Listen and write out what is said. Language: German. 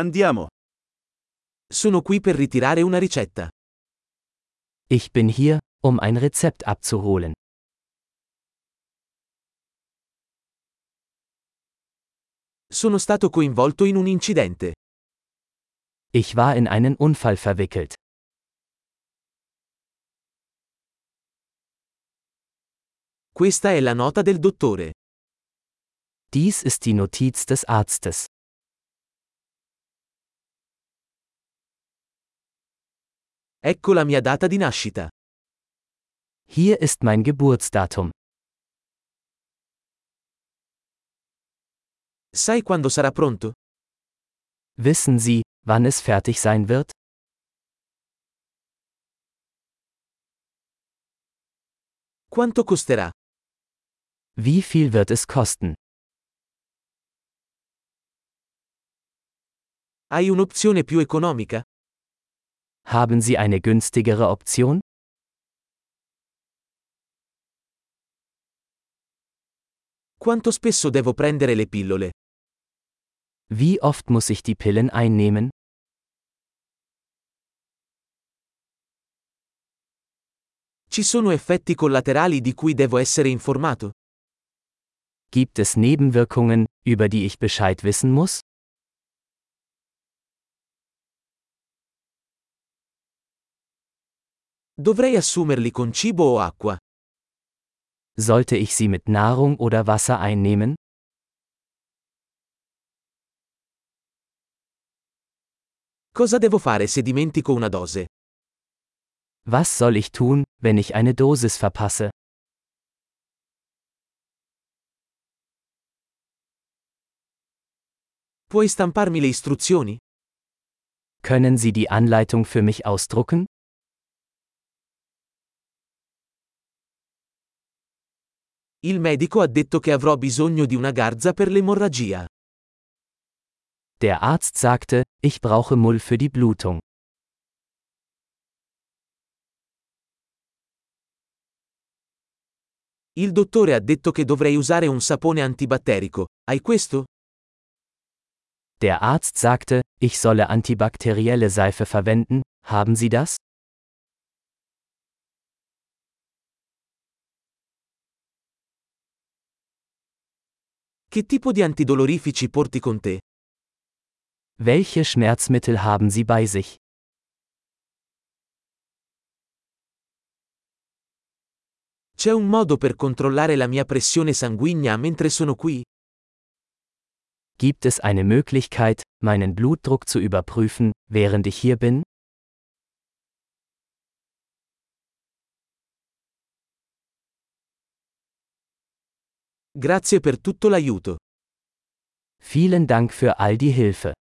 Andiamo. Sono qui per ritirare una ricetta. Ich bin hier, um ein Rezept abzuholen. Sono stato coinvolto in un incidente. Ich war in einen Unfall verwickelt. Questa è la nota del dottore. Dies ist die Notiz des Arztes. Ecco la mia data di nascita. Hier ist mein Geburtsdatum. Sai quando sarà pronto? Wissen Sie, wann es fertig sein wird? Quanto costerà? Wie viel wird es kosten? Hai un'opzione più economica? Haben Sie eine günstigere Option? Quanto spesso devo prendere le pillole? Wie oft muss ich die Pillen einnehmen? Ci sono effetti collaterali di cui devo essere informato? Gibt es Nebenwirkungen, über die ich Bescheid wissen muss? Dovrei assumerli con cibo o acqua? Sollte ich sie mit Nahrung oder Wasser einnehmen? Cosa devo fare se dimentico una dose? Was soll ich tun, wenn ich eine Dosis verpasse? Puoi stamparmi le istruzioni? Können Sie die Anleitung für mich ausdrucken? Il medico ha detto che avrò bisogno di una garza per l'emorragia. Der Arzt sagte, ich brauche Mull für die Blutung. Il dottore ha detto che dovrei usare un sapone antibatterico. Hai questo? Der Arzt sagte, ich solle antibakterielle Seife verwenden. Haben Sie das? Che tipo di antidolorifici porti con te? Welche Schmerzmittel haben Sie bei sich? C'è un modo per controllare la mia pressione sanguigna mentre sono qui? Gibt es eine Möglichkeit, meinen Blutdruck zu überprüfen, während ich hier bin? Grazie per tutto l'aiuto. Vielen Dank für all die Hilfe.